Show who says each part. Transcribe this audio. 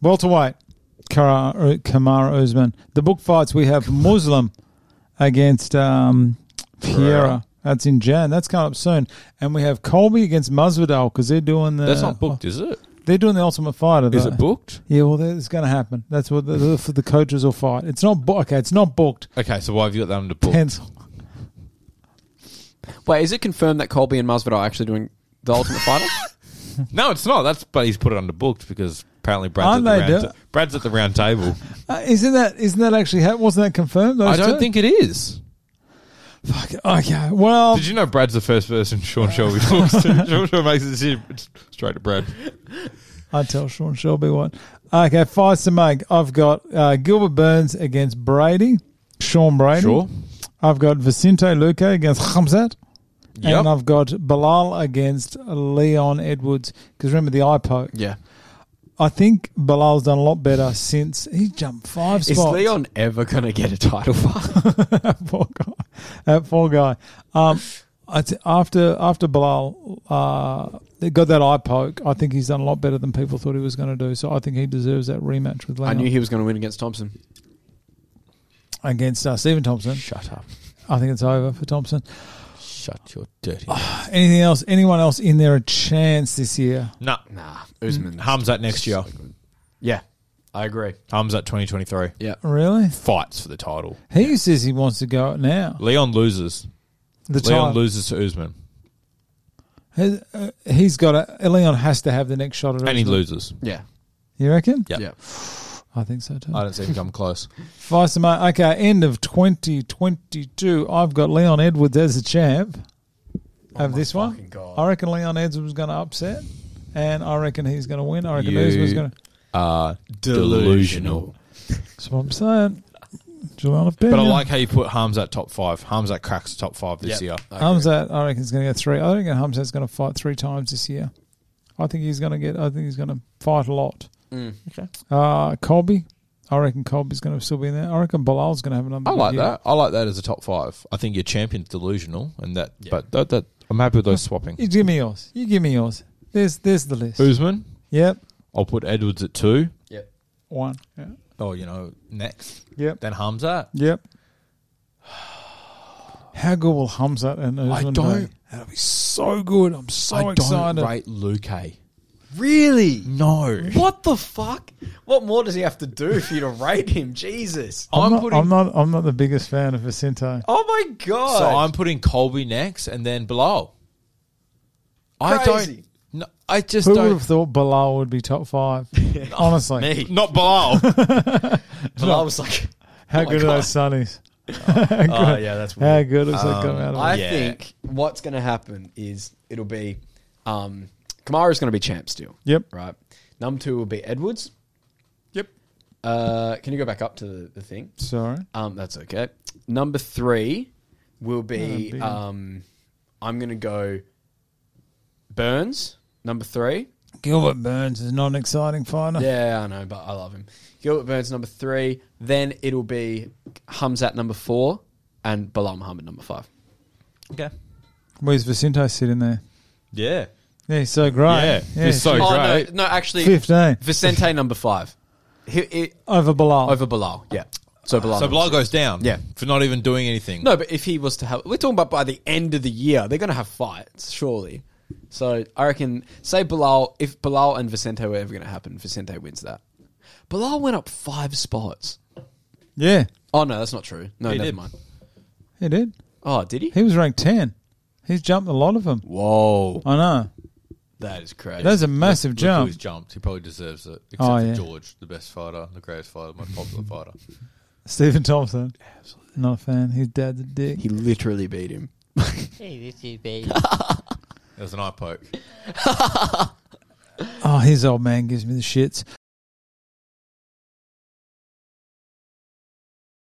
Speaker 1: welterweight Kamara, uh, Kamara Usman. The book fights we have Muslim against um, Piera.
Speaker 2: Pereira.
Speaker 1: That's in Jan. That's coming up soon. And we have Colby against Masvidal because they're doing the.
Speaker 2: That's not booked, is it?
Speaker 1: They're doing the Ultimate Fighter.
Speaker 2: Is
Speaker 1: though.
Speaker 2: it booked?
Speaker 1: Yeah, well, that- it's going to happen. That's what the, the, the coaches will fight. It's not bo- okay. It's not booked.
Speaker 2: Okay, so why have you got that under book?
Speaker 1: Pencil.
Speaker 3: Wait, is it confirmed that Colby and Masvidal are actually doing the Ultimate Fighter?
Speaker 2: No, it's not. That's but he's put it under booked because apparently Brad's,
Speaker 1: Aren't
Speaker 2: at the,
Speaker 1: they
Speaker 2: round
Speaker 1: do-
Speaker 2: ta- Brad's at the round table.
Speaker 1: Uh, isn't that isn't that actually ha- wasn't that confirmed? those
Speaker 2: I don't
Speaker 1: two?
Speaker 2: think it is.
Speaker 1: Fuck, Okay. Well,
Speaker 2: Did you know Brad's the first person Sean Shelby talks to? Sean Shelby makes a decision it's straight to Brad.
Speaker 1: I tell Sean Shelby what. Okay, fights to make. I've got uh, Gilbert Burns against Brady, Sean Brady.
Speaker 2: Sure.
Speaker 1: I've got Vicente Luque against Hamzat.
Speaker 2: Yep.
Speaker 1: And I've got Bilal against Leon Edwards. Because remember the eye poke.
Speaker 3: yeah.
Speaker 1: I think Bilal's done a lot better since he jumped five
Speaker 3: Is
Speaker 1: spots.
Speaker 3: Leon ever going to get a title fight?
Speaker 1: poor guy. That poor guy. Um, I t- after after Bilal uh, they got that eye poke, I think he's done a lot better than people thought he was going to do. So I think he deserves that rematch with
Speaker 3: I
Speaker 1: Leon
Speaker 3: knew he was going to win against Thompson.
Speaker 1: against uh, Stephen Thompson.
Speaker 2: Shut up.
Speaker 1: I think it's over for Thompson.
Speaker 2: Shut your dirty.
Speaker 1: Anything else? Anyone else in there a chance this year?
Speaker 2: nah.
Speaker 3: Nah, Usman.
Speaker 2: Hums at next year.
Speaker 3: Yeah, I agree.
Speaker 2: Hums at 2023.
Speaker 3: Yeah.
Speaker 1: Really?
Speaker 2: Fights for the title.
Speaker 1: He says he wants to go out now.
Speaker 2: Leon loses.
Speaker 1: The
Speaker 2: Leon
Speaker 1: title.
Speaker 2: loses to Usman.
Speaker 1: Has- uh, he's got a Leon has to have the next shot at
Speaker 2: And he
Speaker 1: Usman.
Speaker 2: loses.
Speaker 3: Yeah.
Speaker 1: You reckon?
Speaker 2: Yeah.
Speaker 3: Yeah.
Speaker 1: I think so too.
Speaker 2: I don't see him come close.
Speaker 1: Vice of Mar- Okay, end of 2022. I've got Leon Edwards as the champ
Speaker 2: Oh
Speaker 1: of this one.
Speaker 3: fucking God.
Speaker 1: I reckon Leon Edwards was going to upset, and I reckon he's going to win. I reckon
Speaker 2: You-
Speaker 1: Usman's going to.
Speaker 2: Uh, delusional.
Speaker 1: That's what I'm saying. Julian opinion.
Speaker 2: But I like how you put Hamzat top five. Hamzat cracks top five this year.
Speaker 1: Hamzat. I reckon he's going to get three. I reckon Hamzat's going to fight three times this year. I think he's going to get. I think he's going to fight a lot.
Speaker 2: Okay.
Speaker 1: Uh, Colby. I reckon Colby's going to still be in there. I reckon Bilal's going to have another.
Speaker 2: I
Speaker 1: good
Speaker 2: like
Speaker 1: year.
Speaker 2: that. I like that as a top five. I think your champion's delusional, and that. But that, that I'm happy with those swapping.
Speaker 1: You give me yours. You give me yours. There's there's the list.
Speaker 2: Usman,
Speaker 1: Yep.
Speaker 2: I'll put Edwards at two.
Speaker 3: Yeah.
Speaker 1: One. Yeah.
Speaker 2: Oh, you know, next.
Speaker 1: Yep.
Speaker 2: Then Hamzat.
Speaker 1: Yep. How good will Hamzat and Usman
Speaker 2: I don't.
Speaker 1: be? That'll be so good. I'm so
Speaker 2: I
Speaker 1: excited.
Speaker 2: don't rate Luke.
Speaker 3: Really?
Speaker 2: No.
Speaker 3: What the fuck? What more does he have to do for you to rate him? Jesus.
Speaker 1: I'm,
Speaker 2: I'm
Speaker 1: not,
Speaker 2: putting-
Speaker 1: I'm not. I'm not the biggest fan of Vicente.
Speaker 3: Oh my god.
Speaker 2: So I'm putting Colby next, and then Bilal. I
Speaker 3: Crazy.
Speaker 2: don't. No, I just
Speaker 1: Who would
Speaker 2: don't.
Speaker 1: have thought Bilal would be top five? Honestly,
Speaker 3: Me.
Speaker 2: Not Bilal.
Speaker 3: But I was like,
Speaker 1: how
Speaker 3: Oh my
Speaker 1: good are
Speaker 3: God.
Speaker 1: those Sunnies?
Speaker 3: oh yeah, that's
Speaker 1: How
Speaker 3: weird.
Speaker 1: good looks like coming out of
Speaker 3: Um, I
Speaker 1: it.
Speaker 2: Yeah.
Speaker 3: think what's going to happen is it'll be um, Kamara's going to be champ still.
Speaker 1: Yep.
Speaker 3: Right. Number two will be Edwards.
Speaker 2: yep.
Speaker 3: Uh, can you go back up to the, the thing?
Speaker 1: Sorry.
Speaker 3: Um, that's okay. Number three will
Speaker 1: Oh,
Speaker 3: be
Speaker 1: dear.
Speaker 3: um, I'm going to go Burns. Number three.
Speaker 1: Gilbert Burns is not an exciting fighter.
Speaker 3: Yeah, I know, but I love him. Gilbert Burns number three. Then it'll be Hamzat number four and Bilal Muhammad number five.
Speaker 2: Okay.
Speaker 1: Where's Vicente sitting there?
Speaker 2: Yeah.
Speaker 1: Yeah, he's so great.
Speaker 2: Yeah, he's so-
Speaker 3: Oh
Speaker 2: Great.
Speaker 3: no, no, actually,
Speaker 1: 15.
Speaker 3: Vicente number five. He, he-
Speaker 1: over Bilal.
Speaker 3: over Bilal, yeah. So Bilal.
Speaker 2: So Bilal goes down.
Speaker 3: Yeah.
Speaker 2: For not even doing anything.
Speaker 3: No, but if he was to have, we're talking about by the end of the year, they're going to have fights, surely. So I reckon, say Bilal, if Bilal and Vicente were ever going to happen, Vicente wins that. Bilal went up five spots.
Speaker 1: Yeah,
Speaker 3: Oh no, that's not true. No,
Speaker 2: He
Speaker 3: never
Speaker 2: did.
Speaker 3: mind.
Speaker 1: he did.
Speaker 3: Oh, did he?
Speaker 1: He was ranked ten. He's jumped a lot of them.
Speaker 3: Whoa,
Speaker 1: I know.
Speaker 3: that is crazy.
Speaker 1: That's a massive
Speaker 2: Look who
Speaker 1: jump.
Speaker 2: he's jumped. He probably deserves it. Except
Speaker 1: Oh,
Speaker 2: for
Speaker 1: yeah.
Speaker 2: George, the best fighter, the greatest fighter, most popular fighter.
Speaker 1: Stephen Thompson. Not a fan. His dad's a dick.
Speaker 3: He literally beat him.
Speaker 4: Hey, this is baby.
Speaker 2: There's an eye poke.
Speaker 1: Oh, his old man gives me the shits.